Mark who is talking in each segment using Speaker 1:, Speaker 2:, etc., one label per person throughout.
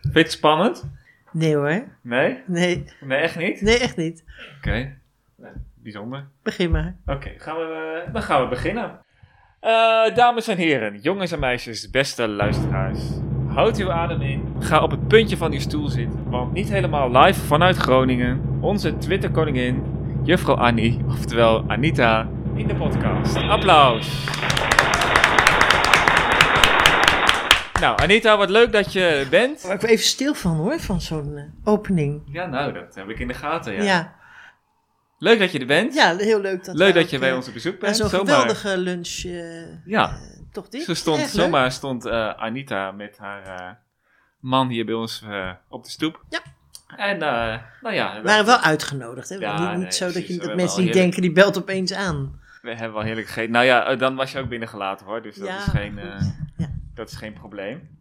Speaker 1: Vind je het spannend?
Speaker 2: Nee hoor.
Speaker 1: Nee?
Speaker 2: Nee.
Speaker 1: Nee, echt niet?
Speaker 2: Nee, echt niet.
Speaker 1: Oké. Nou, bijzonder.
Speaker 2: Begin maar.
Speaker 1: Oké, gaan we, eh, dan gaan we beginnen. Eh, dames en heren, jongens en meisjes, beste luisteraars. Houd uw adem in. Ga op het puntje van uw stoel zitten. Want niet helemaal live vanuit Groningen, onze Twitter-koningin, juffrouw Annie, oftewel Anita, in de podcast. Applaus. Nou, Anita, wat leuk dat je er bent.
Speaker 2: Maar ik ben even stil van hoor, van zo'n eh, opening.
Speaker 1: Ja, nou, dat heb ik in de gaten,
Speaker 2: Ja.
Speaker 1: ja.
Speaker 2: Ja.
Speaker 1: Leuk dat je er bent.
Speaker 2: heel leuk dat
Speaker 1: leuk
Speaker 2: we
Speaker 1: dat je
Speaker 2: ook,
Speaker 1: bij
Speaker 2: eh,
Speaker 1: ons op bezoek
Speaker 2: aan
Speaker 1: bent.
Speaker 2: zo'n
Speaker 1: zomaar.
Speaker 2: geweldige lunch. eh,
Speaker 1: Ja.
Speaker 2: eh, toch dit?
Speaker 1: Ze stond,
Speaker 2: Echt leuk.
Speaker 1: zomaar stond eh, Anita met haar eh, man hier bij ons eh, op de stoep.
Speaker 2: Ja.
Speaker 1: En, eh, nou ja,
Speaker 2: We waren wel uitgenodigd, hè?
Speaker 1: Ja,
Speaker 2: niet niet
Speaker 1: nee,
Speaker 2: zo dat,
Speaker 1: precies.
Speaker 2: je,
Speaker 1: We
Speaker 2: dat
Speaker 1: hebben
Speaker 2: mensen
Speaker 1: al
Speaker 2: niet
Speaker 1: eerder-
Speaker 2: denken, die belt opeens aan.
Speaker 1: we hebben wel heerlijk gegeten. Nou ja, eh, dan was je ook binnengelaten hoor, dus dat,
Speaker 2: Ja,
Speaker 1: is, geen,
Speaker 2: goed.
Speaker 1: eh,
Speaker 2: Ja.
Speaker 1: dat is geen probleem.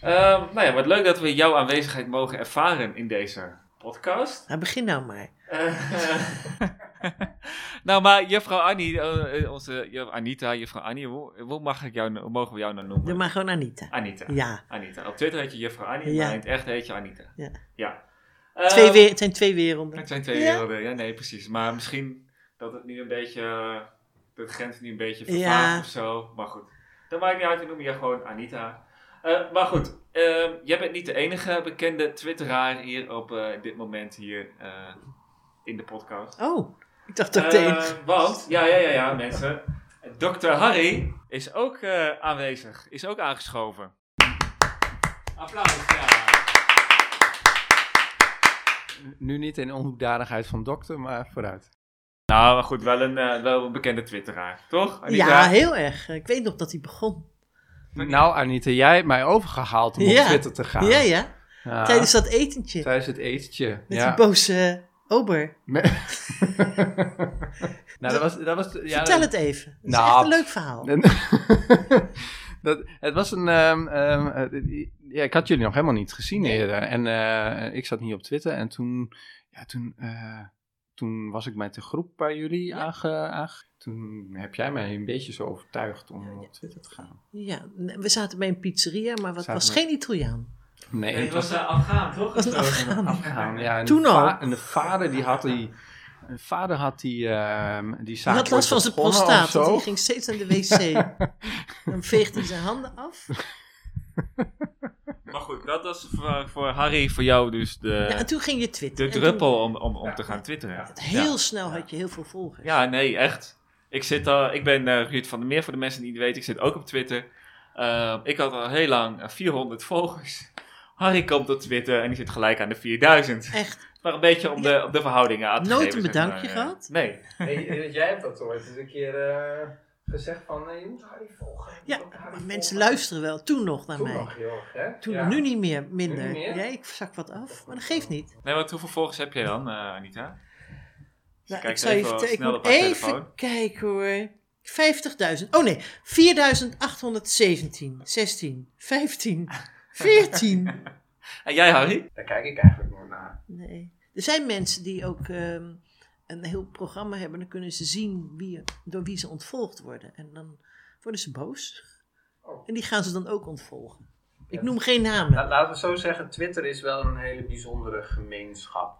Speaker 1: Ehm, nou ja, wat leuk dat we jouw aanwezigheid mogen ervaren in deze podcast.
Speaker 2: Nou, begin nou maar.
Speaker 1: Eh, nou, maar juffrouw Annie, eh, eh, onze juf- Anita, juffrouw Annie, hoe, hoe mag ik jou, hoe mogen we jou nou noemen?
Speaker 2: Doe maar gewoon Anita.
Speaker 1: Anita.
Speaker 2: Ja.
Speaker 1: Anita. Op Twitter heet je juffrouw Annie,
Speaker 2: Ja.
Speaker 1: maar in het echt heet je Anita.
Speaker 2: Ja.
Speaker 1: Ehm,
Speaker 2: Twee weer, het zijn twee werelden.
Speaker 1: Het zijn twee
Speaker 2: Ja.
Speaker 1: werelden, ja, nee, precies. Maar misschien dat het nu een beetje, eh, de grens nu een beetje vervaagt
Speaker 2: Ja.
Speaker 1: of zo. Maar goed, dat maakt niet uit, we noemen je gewoon Anita. Eh, maar goed, ehm, jij bent niet de enige bekende twitteraar hier op eh, dit moment hier eh, in de podcast.
Speaker 2: Oh, ik dacht dat ik
Speaker 1: Eh,
Speaker 2: de enige-
Speaker 1: want, ja, ja, ja, ja, mensen. Dr. Harry is ook eh, aanwezig, is ook aangeschoven. Applaus, ja.
Speaker 3: Nu niet in onhoekdanigheid van dokter, maar vooruit.
Speaker 1: Nou, maar goed, wel een, eh, wel een bekende twitteraar, toch? Anita?
Speaker 2: Ja, heel erg. Ik weet nog dat hij begon.
Speaker 3: Nou Anita, jij hebt mij overgehaald om op
Speaker 2: Ja.
Speaker 3: Twitter te gaan.
Speaker 2: Ja, ja.
Speaker 3: Ja.
Speaker 2: Tijdens dat etentje.
Speaker 3: Tijdens het etentje.
Speaker 2: Met
Speaker 3: ja.
Speaker 2: die boze ober.
Speaker 3: Me- nou, dat was... Dat was ja,
Speaker 2: Vertel het
Speaker 3: dat-
Speaker 2: even. Het is
Speaker 3: Nou,
Speaker 2: echt een leuk verhaal.
Speaker 3: dat, het was een... ehm, ehm, eh, ja, ik had jullie nog helemaal niet gezien eerder. En eh, ik zat niet op Twitter. En toen... Ja, toen, eh, toen was ik met de groep bij jullie aange, aange- Toen heb jij mij een beetje zo overtuigd om op Twitter te gaan.
Speaker 2: Ja, nee, we zaten bij een pizzeria, maar het
Speaker 3: Zaten
Speaker 2: was
Speaker 3: we-
Speaker 2: geen Italiaan.
Speaker 3: Nee,
Speaker 1: Nee, het
Speaker 3: het
Speaker 1: was eh, Afghaan, toch?
Speaker 2: Het was een Afghaan.
Speaker 3: afgegaan. Ja, en
Speaker 2: Toen
Speaker 3: de
Speaker 2: al.
Speaker 3: va- En de vader die had die, een vader had die, ehm die
Speaker 2: Hij
Speaker 3: zaak
Speaker 2: had last van
Speaker 3: ooit
Speaker 2: zijn
Speaker 3: begonnen of
Speaker 2: prostaat,
Speaker 3: zo.
Speaker 2: want hij ging steeds naar de wc. Dan veegde hij zijn handen af.
Speaker 1: Maar goed, dat was voor, voor Harry, voor jou dus de,
Speaker 2: Ja, en toen ging je twitteren.
Speaker 1: de
Speaker 2: En
Speaker 1: druppel om, om, om te gaan
Speaker 2: toen-
Speaker 1: twitteren.
Speaker 2: heel
Speaker 1: Ja.
Speaker 2: snel had je heel veel volgers.
Speaker 1: Ja, nee, echt. Ik, zit al, ik ben eh, Ruud van der Meer, voor de mensen die het niet weten. Ik zit ook op Twitter. Eh, ik had al heel lang eh, 400 volgers. Harry komt op Twitter en die zit gelijk aan de 4000.
Speaker 2: Echt.
Speaker 1: Maar een beetje om de, om de verhoudingen aan te
Speaker 2: Nooit
Speaker 1: geven, zeg
Speaker 2: een bedankje
Speaker 1: maar, eh.
Speaker 2: gehad?
Speaker 1: Nee.
Speaker 3: eh, jij hebt dat ooit eens een keer eh, gezegd van, eh, je moet Harry volgen.
Speaker 2: Ja, maar mensen luisteren wel. Toen nog naar mij. Toen, nu niet meer, minder.
Speaker 3: Nu niet meer?
Speaker 2: Ja, ik zak wat af, maar dat geeft niet.
Speaker 1: Nee, want hoeveel volgers heb jij dan, eh, Anita?
Speaker 2: Nou,
Speaker 1: kijkt
Speaker 2: ik zal je
Speaker 1: even
Speaker 2: vertellen, ik
Speaker 1: snel
Speaker 2: moet
Speaker 1: op haar
Speaker 2: even
Speaker 1: telefoon.
Speaker 2: kijken hoor. 50.000, oh nee, 4.817, 16, 15, 14.
Speaker 1: En jij, Harry?
Speaker 3: Daar kijk ik eigenlijk nooit naar.
Speaker 2: Nee. Er zijn mensen die ook ehm, een heel programma hebben. Dan kunnen ze zien wie, er- door wie ze ontvolgd worden. En dan worden ze boos.
Speaker 3: Oh.
Speaker 2: En die gaan ze dan ook ontvolgen. Ik
Speaker 3: Ja.
Speaker 2: noem geen namen.
Speaker 3: Laten we zo zeggen, Twitter is wel een hele bijzondere gemeenschap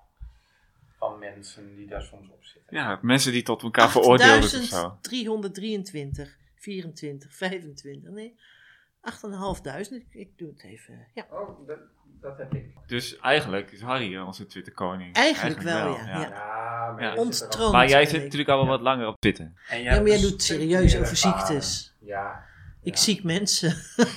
Speaker 3: van mensen die daar soms op zitten.
Speaker 1: Ja, mensen die tot elkaar veroordeelden of zo.
Speaker 2: 323, 24, 25, nee. 8.500, ik, ik doe het even. Ja,
Speaker 3: Oh, dat, dat heb ik.
Speaker 1: Dus eigenlijk is Harry onze Twitter-koning.
Speaker 2: Eigenlijk wel, ja, ja.
Speaker 3: Ja, maar
Speaker 1: Ja.
Speaker 3: je zit er
Speaker 2: ontroond.
Speaker 1: Maar jij
Speaker 2: ben
Speaker 1: zit
Speaker 2: ik.
Speaker 1: natuurlijk al wel wat langer op Twitter.
Speaker 3: al- en
Speaker 2: Ja, maar jij
Speaker 3: hebt
Speaker 2: doet
Speaker 3: een stuk
Speaker 2: serieus
Speaker 3: meer
Speaker 2: over
Speaker 3: ervaring.
Speaker 2: ziektes.
Speaker 3: Ja.
Speaker 2: Ik
Speaker 3: ja.
Speaker 2: ziek mensen.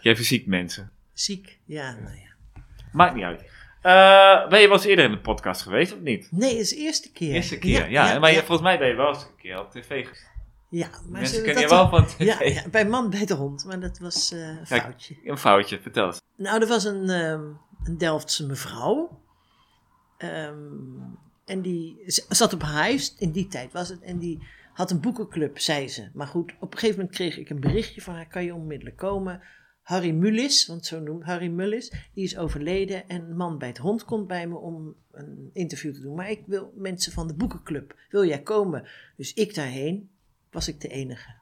Speaker 1: Jij verziekt mensen.
Speaker 2: ziek, ja, nou ja.
Speaker 1: Maakt niet uit. Eh, ben je wel eens eerder in de podcast geweest of niet?
Speaker 2: Nee, het is de eerste keer.
Speaker 1: Eerste keer, ja. maar je-
Speaker 2: ja,
Speaker 1: volgens mij ben je wel eens een keer op tv geweest.
Speaker 2: ja, maar
Speaker 1: Mensen
Speaker 2: zullen we
Speaker 1: kennen je
Speaker 2: dat
Speaker 1: wel van tv.
Speaker 2: Ja, ja, bij man bij de hond, maar dat was eh, een
Speaker 1: Kijk.
Speaker 2: foutje.
Speaker 1: Een foutje, vertel eens.
Speaker 2: Nou, er was een, ehm, een Delftse mevrouw. Ehm, en die z- zat op huis, in die tijd was het, en die had een boekenclub, zei ze. Maar goed, op een gegeven moment kreeg ik een berichtje van haar, kan je onmiddellijk komen? Harry Mullis, want zo noemt Harry Mullis, die is overleden en man bij het hond komt bij me om een interview te doen. Maar ik wil mensen van de boekenclub, wil jij komen? Dus ik daarheen, was ik de enige.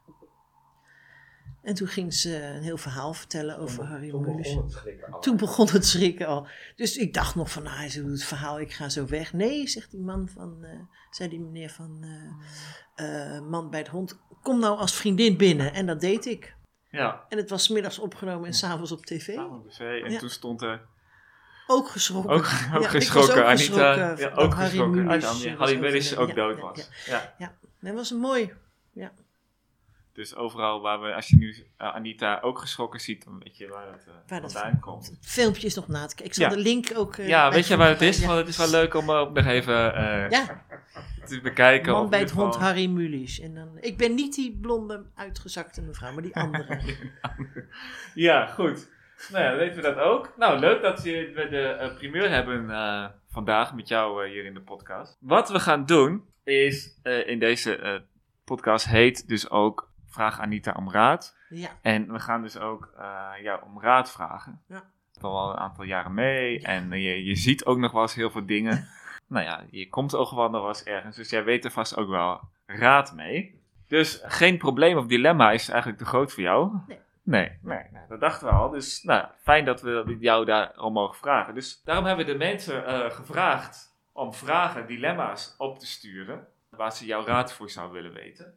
Speaker 2: En toen ging ze een heel verhaal vertellen over Harry
Speaker 4: Toen begon
Speaker 2: Mulisch.
Speaker 4: het schrikken al.
Speaker 2: Toen begon het schrikken al. Dus ik dacht nog van, nou, hij doet het verhaal, ik ga zo weg. Nee, zegt die man van, eh, zei die meneer van, eh, eh, man bij het hond, kom nou als vriendin binnen. En dat deed ik.
Speaker 1: Ja.
Speaker 2: En het was 's middags opgenomen en s'avonds op tv.
Speaker 1: En
Speaker 2: Ja.
Speaker 1: toen stond er
Speaker 2: Ook geschrokken.
Speaker 1: ook,
Speaker 2: Ja, ik
Speaker 1: ook
Speaker 2: was
Speaker 1: geschrokken
Speaker 2: ook
Speaker 1: Anita.
Speaker 2: geschrokken
Speaker 1: ja,
Speaker 2: van
Speaker 1: ook
Speaker 2: Harry
Speaker 1: geschrokken.
Speaker 2: Mulisch,
Speaker 1: Anita,
Speaker 2: eh, was
Speaker 1: Harry Willis
Speaker 2: overleden.
Speaker 1: ook dood
Speaker 2: Ja, ja,
Speaker 1: was. Ja,
Speaker 2: Dat was mooi.
Speaker 1: Dus overal waar we, als je nu eh, Anita ook geschrokken ziet, dan weet je waar het eh,
Speaker 2: Waar dat
Speaker 1: vandaan komt.
Speaker 2: Het filmpje is nog na te kijken. Ik zal
Speaker 1: Ja.
Speaker 2: de link ook... eh,
Speaker 1: Ja,
Speaker 2: bij
Speaker 1: weet je waar het
Speaker 2: voegen.
Speaker 1: is? Want het is wel leuk om ook nog even eh,
Speaker 2: Ja,
Speaker 1: te bekijken.
Speaker 2: man
Speaker 1: of
Speaker 2: bij
Speaker 1: in
Speaker 2: het
Speaker 1: ieder
Speaker 2: hond
Speaker 1: geval-
Speaker 2: Harry Mulisch. En dan, ik ben niet die blonde uitgezakte mevrouw, maar die andere.
Speaker 1: Ja, goed. Nou ja, dan weten we dat ook. Nou, leuk dat je- we de eh, primeur hebben eh, vandaag met jou eh, hier in de podcast. Wat we gaan doen is, eh, in deze eh, podcast heet dus ook Vraag Anita om raad.
Speaker 2: ja,
Speaker 1: En we gaan dus ook eh, jou om raad vragen.
Speaker 2: Ja.
Speaker 1: Je hebt al een aantal jaren mee en eh, je, je ziet ook nog wel eens heel veel dingen. nou ja, je komt ook wel nog wel eens ergens, dus jij weet er vast ook wel raad mee. Dus geen probleem of dilemma is eigenlijk te groot voor jou.
Speaker 2: Nee.
Speaker 1: Nee, nee, nee, dat dachten we al. Dus nou, fijn dat we jou daarom mogen vragen. Dus daarom hebben we de mensen eh, gevraagd om vragen, dilemma's op te sturen. Waar ze jouw raad voor zou willen weten.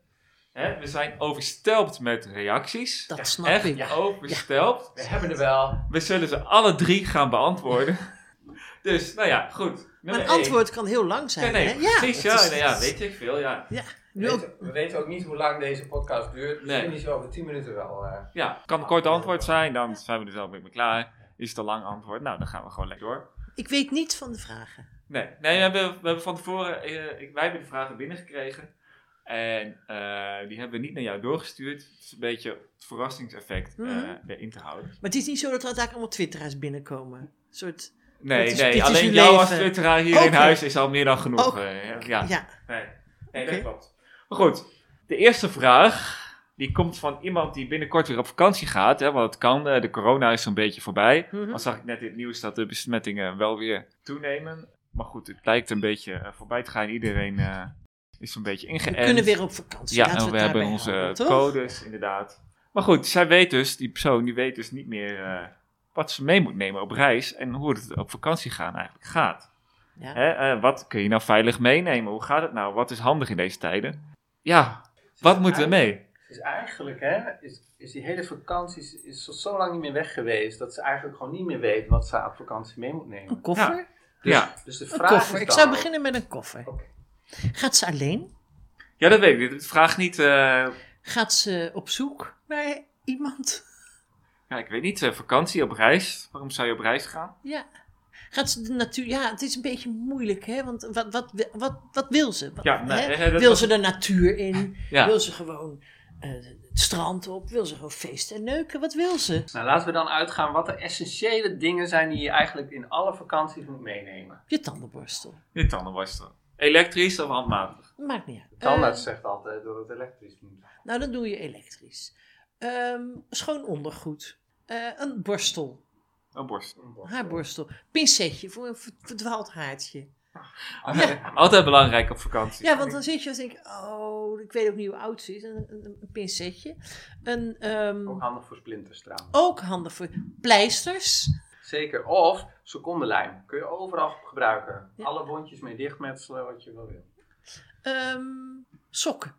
Speaker 1: Hè, we zijn overstelpt met reacties.
Speaker 2: dat snap
Speaker 1: Echt
Speaker 2: ik.
Speaker 4: ja.
Speaker 1: overstelpt.
Speaker 4: We hebben er wel.
Speaker 1: We zullen ze alle drie gaan beantwoorden. dus, nou ja, goed.
Speaker 2: Maar
Speaker 1: Nummer
Speaker 2: een
Speaker 1: één.
Speaker 2: antwoord kan heel lang zijn.
Speaker 1: Nee, nee,
Speaker 2: hè? Ja,
Speaker 1: precies.
Speaker 2: dat
Speaker 1: Ja,
Speaker 2: is-
Speaker 1: nee, ja, weet ik veel. Ja,
Speaker 4: We
Speaker 2: Nu ook-
Speaker 4: weten, we weten ook niet hoe lang deze podcast duurt.
Speaker 1: Nee.
Speaker 4: Misschien is hij over 10 minuten wel. eh,
Speaker 1: ja. kan een kort antwoord zijn, dan zijn we er zelf mee klaar. Is het een lang antwoord? Nou, dan gaan we gewoon lekker door.
Speaker 2: ik weet niet van de vragen.
Speaker 1: Nee, nee we, hebben, we hebben van tevoren, eh, ik- wij hebben de vragen binnengekregen. En eh, die hebben we niet naar jou doorgestuurd. Het is een beetje het verrassingseffect eh,
Speaker 2: Mhm.
Speaker 1: erin te houden.
Speaker 2: Maar het is niet zo dat er uiteindelijk allemaal twitteraars binnenkomen. Een soort...
Speaker 1: Nee,
Speaker 2: Dit is- dit
Speaker 1: nee
Speaker 2: is
Speaker 1: alleen
Speaker 2: uw
Speaker 1: jou
Speaker 2: leven.
Speaker 1: als twitteraar hier in
Speaker 2: Oké.
Speaker 1: huis is al meer dan genoeg.
Speaker 2: Oké.
Speaker 1: eh, ja,
Speaker 2: Ja,
Speaker 1: nee, nee dat
Speaker 2: Oké.
Speaker 1: klopt. Maar goed, de eerste vraag, die komt van iemand die binnenkort weer op vakantie gaat. Hè, want het kan, eh, de corona is zo'n beetje voorbij.
Speaker 2: Mhm.
Speaker 1: Dan zag ik net in het nieuws dat de besmettingen wel weer toenemen. Maar goed, het lijkt een beetje eh, voorbij te gaan. Iedereen eh, is een beetje
Speaker 2: we
Speaker 1: ingeënt.
Speaker 2: kunnen weer op vakantie.
Speaker 1: Ja,
Speaker 2: Laten
Speaker 1: en
Speaker 2: we,
Speaker 1: we
Speaker 2: het
Speaker 1: hebben
Speaker 2: daarbij
Speaker 1: onze
Speaker 2: houden, toch?
Speaker 1: codes, inderdaad. Maar goed, zij weet dus, die persoon, die weet dus niet meer eh, wat ze mee moet nemen op reis. En hoe het op vakantie gaan eigenlijk gaat.
Speaker 2: Ja.
Speaker 1: Hè, eh, wat kun je nou veilig meenemen? Hoe gaat het nou? Wat is handig in deze tijden? Ja, wat moeten we mee?
Speaker 4: Dus eigenlijk hè, is, is die hele vakantie is, is zo- zo lang niet meer weg geweest dat ze eigenlijk gewoon niet meer weet wat ze op vakantie mee moet nemen.
Speaker 2: Een koffer?
Speaker 4: Dus,
Speaker 1: Ja.
Speaker 4: dus de
Speaker 2: Een
Speaker 4: vraag
Speaker 2: koffer.
Speaker 4: is
Speaker 2: Ik
Speaker 4: dan
Speaker 2: zou
Speaker 4: ook-
Speaker 2: beginnen met een koffer.
Speaker 4: Oké.
Speaker 2: Gaat ze alleen?
Speaker 1: Ja, dat weet ik. niet. Vraag niet. eh,
Speaker 2: Gaat ze op zoek naar iemand?
Speaker 1: ja, ik weet niet. eh, vakantie op reis. Waarom zou je op reis gaan?
Speaker 2: Ja. Gaat ze de natuur... Ja, het is een beetje moeilijk, hè? Want wat, wat, wat, wat, wil ze? Wat-
Speaker 1: Ja, nee,
Speaker 2: hè?
Speaker 1: hè, dat
Speaker 2: wil
Speaker 1: was-
Speaker 2: ze de natuur in?
Speaker 1: Ja,
Speaker 2: Wil ze gewoon eh, het strand op? Wil ze gewoon feesten en neuken? Wat wil ze?
Speaker 4: Nou, laten we dan uitgaan wat de essentiële dingen zijn die je eigenlijk in alle vakanties moet meenemen.
Speaker 2: Je tandenborstel.
Speaker 1: dit tandenborstel. Elektrisch of handmatig?
Speaker 2: Maakt niet uit.
Speaker 4: Tandarts zegt altijd dat het elektrisch moet.
Speaker 2: Eh, nou, dan doe je elektrisch. Ehm, schoon ondergoed. Eh, een borstel.
Speaker 1: Een borstel.
Speaker 2: Haarborstel. Pincetje voor een ver- verdwaald haartje. Ja.
Speaker 1: Altijd belangrijk op vakantie.
Speaker 2: Ja, want dan zit je en denk je, oh, ik weet ook niet hoe oud ze is. Een, een, een pincetje. Een, ehm,
Speaker 4: Ook handig voor splinters trouwens.
Speaker 2: ook handig voor pleisters.
Speaker 4: Zeker. Of secondenlijm. Kun je overal gebruiken.
Speaker 2: Ja.
Speaker 4: Alle wondjes mee dichtmetselen wat je wel wil.
Speaker 2: Ehm, sokken.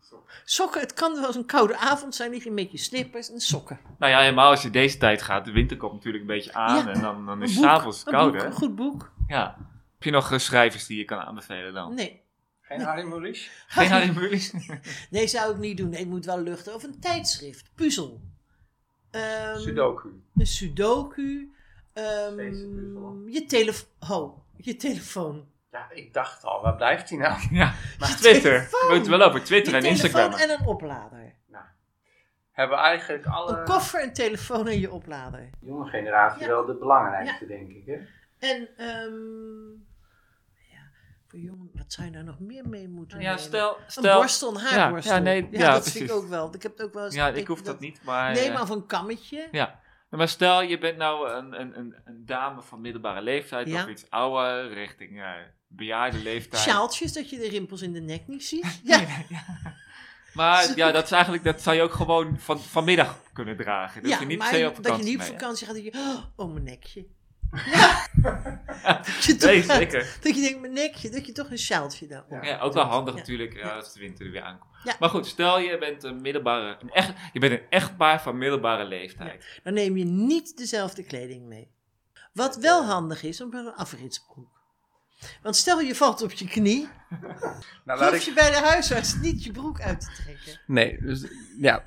Speaker 4: Sokken.
Speaker 2: Sokken, het kan wel eens een koude avond zijn. Lig je met je slippers en sokken.
Speaker 1: Nou ja, helemaal als je deze tijd gaat. De winter komt natuurlijk een beetje aan.
Speaker 2: Ja.
Speaker 1: En dan, dan is het
Speaker 2: Een boek,
Speaker 1: avonds het
Speaker 2: een
Speaker 1: koud,
Speaker 2: boek,
Speaker 1: hè?
Speaker 2: Een goed boek.
Speaker 1: Ja. Heb je nog eh, schrijvers die je kan aanbevelen dan?
Speaker 2: Nee.
Speaker 4: Geen Harry Mulisch?
Speaker 1: Geen Harry Mulisch?
Speaker 2: Nee, zou ik niet doen. Nee, het moet wel luchten. Of een tijdschrift, puzzel. Ehm,
Speaker 4: Sudoku.
Speaker 2: Een sudoku. ehm,
Speaker 4: Steeds een puzzel.
Speaker 2: je telefoon. Ho, je telefoon.
Speaker 4: Ja, ik dacht al. Waar blijft hij nou?
Speaker 1: ja.
Speaker 2: Je
Speaker 1: Twitter. We
Speaker 2: telefoon.
Speaker 1: moeten wel over Twitter
Speaker 2: je
Speaker 1: en Instagram.
Speaker 2: telefoon en een oplader.
Speaker 4: Nou, Hebben we eigenlijk
Speaker 1: Eh.
Speaker 2: Een
Speaker 4: alle
Speaker 2: koffer, een telefoon en je oplader.
Speaker 4: jonge generatie
Speaker 2: Ja.
Speaker 4: wel de belangrijkste, denk ik. Hè?
Speaker 2: En ehm ja, voor jongen, wat zou je daar nog meer mee moeten
Speaker 1: Ja,
Speaker 2: nemen?
Speaker 1: stel,
Speaker 2: Een
Speaker 1: stel,
Speaker 2: borstel, een haarborstel.
Speaker 1: ja, nee,
Speaker 2: ja,
Speaker 1: ja,
Speaker 2: dat vind
Speaker 1: precies.
Speaker 2: ik ook wel. Ik heb het ook wel eens
Speaker 1: Ja, ik
Speaker 2: denk
Speaker 1: hoef dat niet, maar...
Speaker 2: Nee,
Speaker 1: eh,
Speaker 2: maar van een kammetje.
Speaker 1: Ja. maar stel, je bent nou een, een, een, een dame van middelbare leeftijd
Speaker 2: Ja.
Speaker 1: of iets ouder, richting eh bejaarde leeftijd.
Speaker 2: Sjaaltjes, dat je de rimpels in de nek niet ziet. Ja,
Speaker 1: Nee, nee, ja. Maar ja, dat, is eigenlijk, dat zou je ook gewoon van, vanmiddag kunnen dragen. Dat
Speaker 2: ja,
Speaker 1: je niet
Speaker 2: maar
Speaker 1: per se op
Speaker 2: dat je
Speaker 1: vakantie
Speaker 2: niet op
Speaker 1: mee.
Speaker 2: vakantie gaat en je... Oh, mijn nekje.
Speaker 1: Nee,
Speaker 2: Nee,
Speaker 1: zeker.
Speaker 2: Dat je denkt, mijn nekje, dat je toch een sjaaltje daarop.
Speaker 1: Ja, ook wel handig
Speaker 2: Ja.
Speaker 1: natuurlijk ja,
Speaker 2: Ja.
Speaker 1: als de winter er weer aankomt.
Speaker 2: Ja.
Speaker 1: Maar goed, stel je bent een middelbare, een echt, je bent een echtpaar van middelbare leeftijd.
Speaker 2: Dan neem je niet dezelfde kleding mee. Wat wel handig is, om een afritsbroek. Want stel je valt op je knie,
Speaker 3: Nou,
Speaker 2: hoef je bij de huisarts niet je broek uit te trekken.
Speaker 3: Nee, dus ja.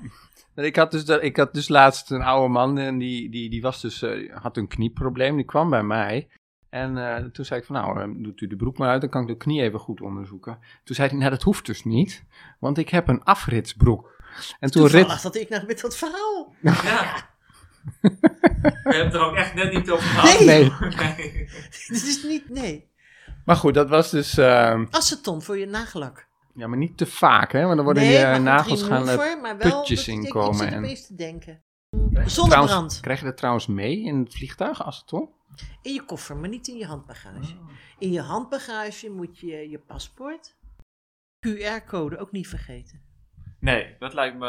Speaker 3: Ik had dus, dat- ik had dus laatst een oude man en die, die, die was dus, eh, had een knieprobleem. Die kwam bij mij. En eh, toen zei ik van nou, eh, doet u de broek maar uit, dan kan ik de knie even goed onderzoeken. Toen zei hij, nou dat hoeft dus niet, want ik heb een afritsbroek. En toen
Speaker 2: Toevallig
Speaker 3: rit...
Speaker 2: had ik nou met dat verhaal.
Speaker 1: Ja. We hebben het er ook echt net niet over
Speaker 2: Nee.
Speaker 3: Nee.
Speaker 1: Nee.
Speaker 2: Dit is niet, nee.
Speaker 3: Maar goed, dat was dus, eh,
Speaker 2: Aceton voor je nagellak.
Speaker 3: ja maar niet te vaak hè, want dan worden
Speaker 2: nee,
Speaker 3: die
Speaker 2: maar
Speaker 3: eh,
Speaker 2: goed,
Speaker 3: nagels gaan...
Speaker 2: remover,
Speaker 3: eh,
Speaker 2: maar wel
Speaker 3: putjes
Speaker 2: dat ik denk,
Speaker 3: inkomen
Speaker 2: Ik zit
Speaker 3: en-
Speaker 2: opeens te denken.
Speaker 3: trouwens-
Speaker 2: Zonnebrand.
Speaker 3: Krijg je dat trouwens mee in het vliegtuig, als het toch?
Speaker 2: In je koffer, maar niet in je handbagage. In je handbagage moet je je paspoort, QR-code ook niet vergeten.
Speaker 1: nee, dat lijkt me...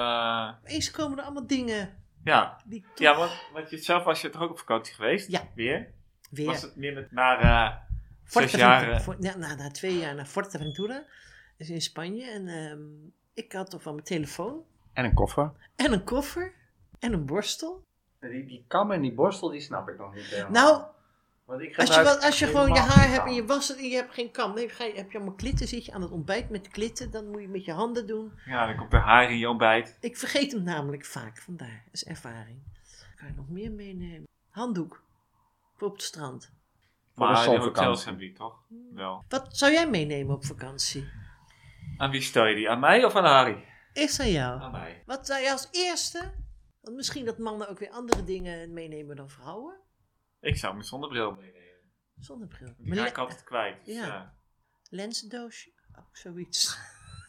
Speaker 1: eh,
Speaker 2: Eens komen er allemaal dingen
Speaker 1: Ja,
Speaker 2: die toch
Speaker 1: ja want, want je- zelf was je toch ook op vakantie geweest?
Speaker 2: Ja.
Speaker 1: Weer?
Speaker 2: weer...
Speaker 1: Was het meer met naar eh zes
Speaker 2: Forteventura-
Speaker 1: jaar... eh,
Speaker 2: Fort- ja, na, na twee jaar naar Forteventura, dus in Spanje. En ehm, ik had toch wel mijn telefoon
Speaker 3: En een koffer.
Speaker 2: en een koffer en een borstel.
Speaker 4: Die, die kam en die borstel, die snap ik nog niet eh. helemaal.
Speaker 2: Nou,
Speaker 4: Want ik
Speaker 2: Als je,
Speaker 4: gebruik
Speaker 2: wel- als je gewoon je
Speaker 4: helemaal
Speaker 2: haar
Speaker 4: geen
Speaker 2: hebt en
Speaker 4: kam.
Speaker 2: je was het en je hebt geen kam. Nee, ga je, heb je allemaal klitten, zit je aan het ontbijt met klitten. Dan moet je met je handen doen.
Speaker 1: Ja, dan komt er haar in je ontbijt.
Speaker 2: Ik vergeet hem namelijk vaak, vandaar. Dat is ervaring. Kan je nog meer meenemen? Handdoek. Voor op het strand.
Speaker 3: Voor de
Speaker 1: Maar de hotels
Speaker 3: zonvakantie.
Speaker 1: hebben die toch? Wel.
Speaker 2: Wat zou jij meenemen op vakantie?
Speaker 1: Aan wie stel je die? Aan mij of aan Harry?
Speaker 2: Eerst aan jou.
Speaker 1: Aan mij.
Speaker 2: Wat zou jij als eerste? Want misschien dat mannen ook weer andere dingen meenemen dan vrouwen.
Speaker 1: Ik zou mijn zonnebril meenemen.
Speaker 2: Zonnebril.
Speaker 1: Die raak ik altijd kwijt. Dus,
Speaker 2: Ja.
Speaker 1: ja.
Speaker 2: Lenzendoosje. Ook zoiets.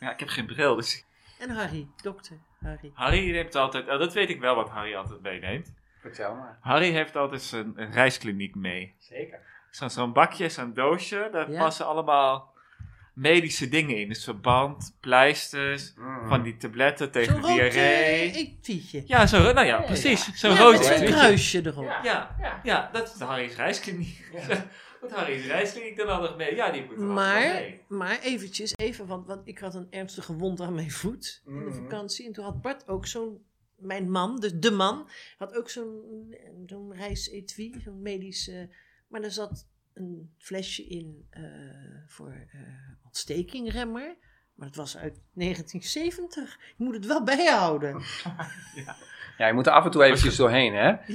Speaker 1: ja, ik heb geen bril. Dus
Speaker 2: En Harry, dokter Harry.
Speaker 1: Harry neemt altijd... oh, dat weet ik wel wat Harry altijd meeneemt.
Speaker 4: Vertel maar.
Speaker 1: Harry heeft altijd zijn een reiskliniek mee.
Speaker 4: Zeker.
Speaker 1: Zo'n zo'n bakje, zo'n doosje. Daar
Speaker 2: Ja.
Speaker 1: passen allemaal medische dingen in. Dus verband, pleisters,
Speaker 3: Hmm.
Speaker 4: Mm.
Speaker 1: van die tabletten tegen
Speaker 2: Zo'n rood
Speaker 1: diarree.
Speaker 2: eh, eektietje.
Speaker 1: Ja, zo, nou ja,
Speaker 4: Ja,
Speaker 1: precies. Zo'n
Speaker 2: Ja,
Speaker 1: rood
Speaker 2: met zo'n
Speaker 1: eekhoorntje.
Speaker 2: kruisje erop.
Speaker 4: Ja.
Speaker 1: Ja,
Speaker 4: Ja.
Speaker 1: ja, dat is de Harry's reiskliniek.
Speaker 4: Ja.
Speaker 1: Want Harry's reiskliniek dan hadden mee. Ja, die moet er altijd wel
Speaker 2: Maar,
Speaker 1: mee.
Speaker 2: maar eventjes, even, want, want ik had een ernstige wond aan mijn voet in de
Speaker 4: Mhm.
Speaker 2: vakantie. En toen had Bart ook zo'n, mijn man, dus de man, had ook zo'n, zo'n reisetui, zo'n medische. Maar daar zat een flesje in eh, voor eh ontstekingremmer. Maar dat was uit 1970. Je moet het wel bijhouden.
Speaker 3: Ja, je moet er af en toe eventjes doorheen, hè?
Speaker 2: Ja,
Speaker 3: Dus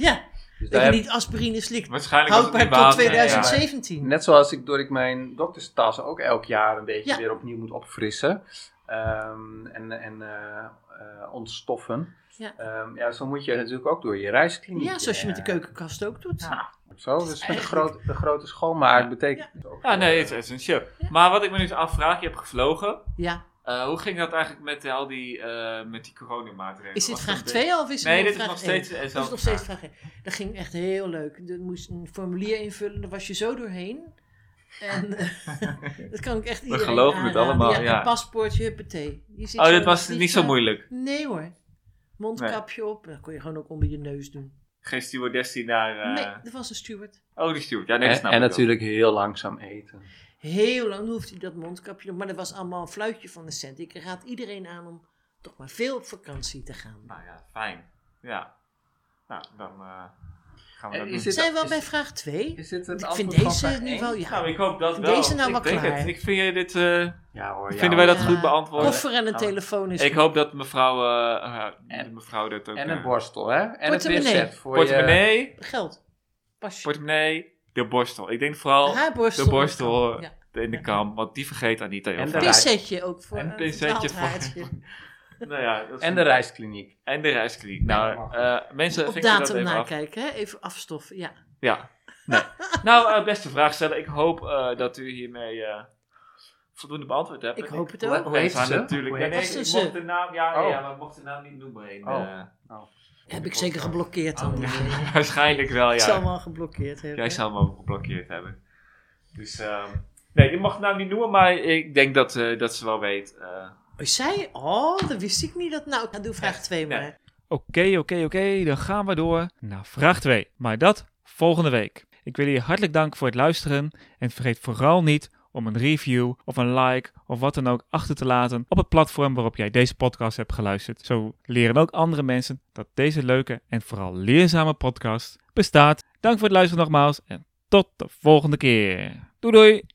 Speaker 2: dat
Speaker 3: daar
Speaker 2: je
Speaker 3: heb-
Speaker 2: niet aspirine slikt.
Speaker 1: Waarschijnlijk was het
Speaker 2: Houdbaar
Speaker 1: in
Speaker 2: tot
Speaker 1: Waalwijk. Ja.
Speaker 2: 2017.
Speaker 3: Net zoals ik door ik mijn dokterstas ook elk jaar een beetje
Speaker 2: Ja.
Speaker 3: weer opnieuw moet opfrissen ehm, en, en eh, eh, ontstoffen.
Speaker 2: Ja.
Speaker 3: Ehm, ja, zo moet je natuurlijk ook door je reiskliniek.
Speaker 2: Ja, zoals je met de
Speaker 3: eh,
Speaker 2: keukenkast ook doet.
Speaker 3: Ja. Zo, dus de,
Speaker 2: Eigenlijk-
Speaker 3: groot, de grote schoonmaak betekent ook. eh,
Speaker 1: Ja, nee, het is essentieel.
Speaker 2: Ja.
Speaker 1: Maar wat ik me nu eens afvraag, je hebt gevlogen.
Speaker 2: ja.
Speaker 1: Eh, hoe ging dat eigenlijk met al die, eh, met die coronamaatregelen?
Speaker 2: Is dit
Speaker 1: Was dat
Speaker 2: vraag
Speaker 1: een
Speaker 2: 2 of is
Speaker 1: beetje- Nee,
Speaker 2: het nog
Speaker 1: dit is
Speaker 2: vraag
Speaker 1: nog
Speaker 2: één?
Speaker 1: steeds
Speaker 2: Dat is nog steeds vraag 1. Dat ging echt heel leuk. Je moest een formulier invullen, daar was je zo doorheen. En eh, dat kan ik echt iedereen
Speaker 1: geloven het
Speaker 2: aanraden.
Speaker 1: allemaal, ja.
Speaker 2: Een paspoortje, huppatee. Je zit
Speaker 1: Oh,
Speaker 2: zo
Speaker 1: dat
Speaker 2: in
Speaker 1: was
Speaker 2: het
Speaker 1: niet zo
Speaker 2: vliegtuig.
Speaker 1: moeilijk.
Speaker 2: Nee hoor. Mondkapje op, dat kon je gewoon ook onder je neus doen.
Speaker 1: Geen stewardess die naar... eh,
Speaker 2: Nee, dat was een steward.
Speaker 1: Oh, die steward. Ja, nee, dat
Speaker 3: En,
Speaker 1: snap
Speaker 3: en
Speaker 1: ik wel.
Speaker 3: natuurlijk heel langzaam eten.
Speaker 2: Heel lang hoefde hij dat mondkapje op, maar dat was allemaal een fluitje van de cent. Ik raad iedereen aan om toch maar veel op vakantie te gaan.
Speaker 1: Nou ja, fijn. Ja. Nou, dan eh, gaan we
Speaker 4: En is
Speaker 1: dat doen.
Speaker 4: dit-
Speaker 2: Zijn we al
Speaker 4: is-
Speaker 2: bij vraag 2?
Speaker 4: Is dit het
Speaker 2: Ik vind
Speaker 4: antwoord van
Speaker 2: deze
Speaker 4: vraag
Speaker 2: nu
Speaker 4: één?
Speaker 2: wel, ja.
Speaker 1: Nou, ik hoop dat
Speaker 2: Vind
Speaker 1: wel.
Speaker 2: deze nou
Speaker 1: ik
Speaker 2: wel
Speaker 1: denk
Speaker 2: klaar?
Speaker 1: het. Ik vind je dit... eh,
Speaker 3: Ja hoor,
Speaker 1: Vinden wij dat
Speaker 2: Ja. Nou,
Speaker 1: goed beantwoord?
Speaker 2: Koffer en een
Speaker 1: Oh.
Speaker 2: telefoon is
Speaker 1: Ik
Speaker 2: goed.
Speaker 1: hoop dat mevrouw, eh, eh,
Speaker 3: En-
Speaker 1: mevrouw dat ook...
Speaker 3: En
Speaker 1: eh,
Speaker 3: een eh, borstel, hè? En een
Speaker 2: Portemonnee.
Speaker 3: witset voor je...
Speaker 1: Portemonnee,
Speaker 2: Geld. Pasje.
Speaker 1: portemonnee, de borstel. Ik denk vooral
Speaker 2: Haar borstel.
Speaker 1: de borstel
Speaker 2: Ja.
Speaker 1: in de kam, want die vergeet Anita heel
Speaker 3: En de
Speaker 1: vaak.
Speaker 3: reis-
Speaker 2: Pinsetje ook voor
Speaker 1: En
Speaker 2: een
Speaker 1: pincetje voor-
Speaker 2: verdwaald haartje.
Speaker 1: Nou ja, dat is-
Speaker 3: En de reiskliniek.
Speaker 1: En de reiskliniek. Nou, eh, mensen,
Speaker 2: Op
Speaker 1: fixen dat
Speaker 2: datum
Speaker 1: even af.
Speaker 2: nakijken, hè? even afstoffen. Ja.
Speaker 1: Ja. Nee. nou, eh, beste vraagsteller, ik hoop eh, dat u hiermee eh, voldoende beantwoord hebt.
Speaker 2: Ik
Speaker 1: En
Speaker 2: hoop het
Speaker 3: Hoe-
Speaker 2: ook.
Speaker 3: hoe heet
Speaker 1: zijn
Speaker 3: ze?
Speaker 1: Natuurlijk.
Speaker 3: Hoe heet
Speaker 1: Nee, nee,
Speaker 2: ze?
Speaker 1: ik mocht de naam, ja, nee,
Speaker 3: Oh.
Speaker 1: ja, maar ik mocht de naam niet noemen. In,
Speaker 3: Oh.
Speaker 1: eh,
Speaker 2: Heb ik zeker geblokkeerd dan.
Speaker 1: Oh, ja.
Speaker 2: Ik
Speaker 1: waarschijnlijk wel, ja.
Speaker 2: zal hem al geblokkeerd hebben.
Speaker 1: Jij zou hem ook geblokkeerd hebben. Dus, ehm, nee, je mag het nou niet noemen, maar ik denk dat, eh, dat ze wel weet eh,
Speaker 2: Is zij? Oh, dat wist ik niet. Dat... Nou, dan doe vraag 2
Speaker 1: nee.
Speaker 2: maar.
Speaker 1: Oké, oké, oké, dan gaan we door naar vraag 2. Maar dat volgende week. Ik wil jullie hartelijk danken voor het luisteren. En vergeet vooral niet om een review of een like of wat dan ook achter te laten op het platform waarop jij deze podcast hebt geluisterd. Zo leren ook andere mensen dat deze leuke en vooral leerzame podcast bestaat. Dank voor het luisteren nogmaals en tot de volgende keer. Doei doei!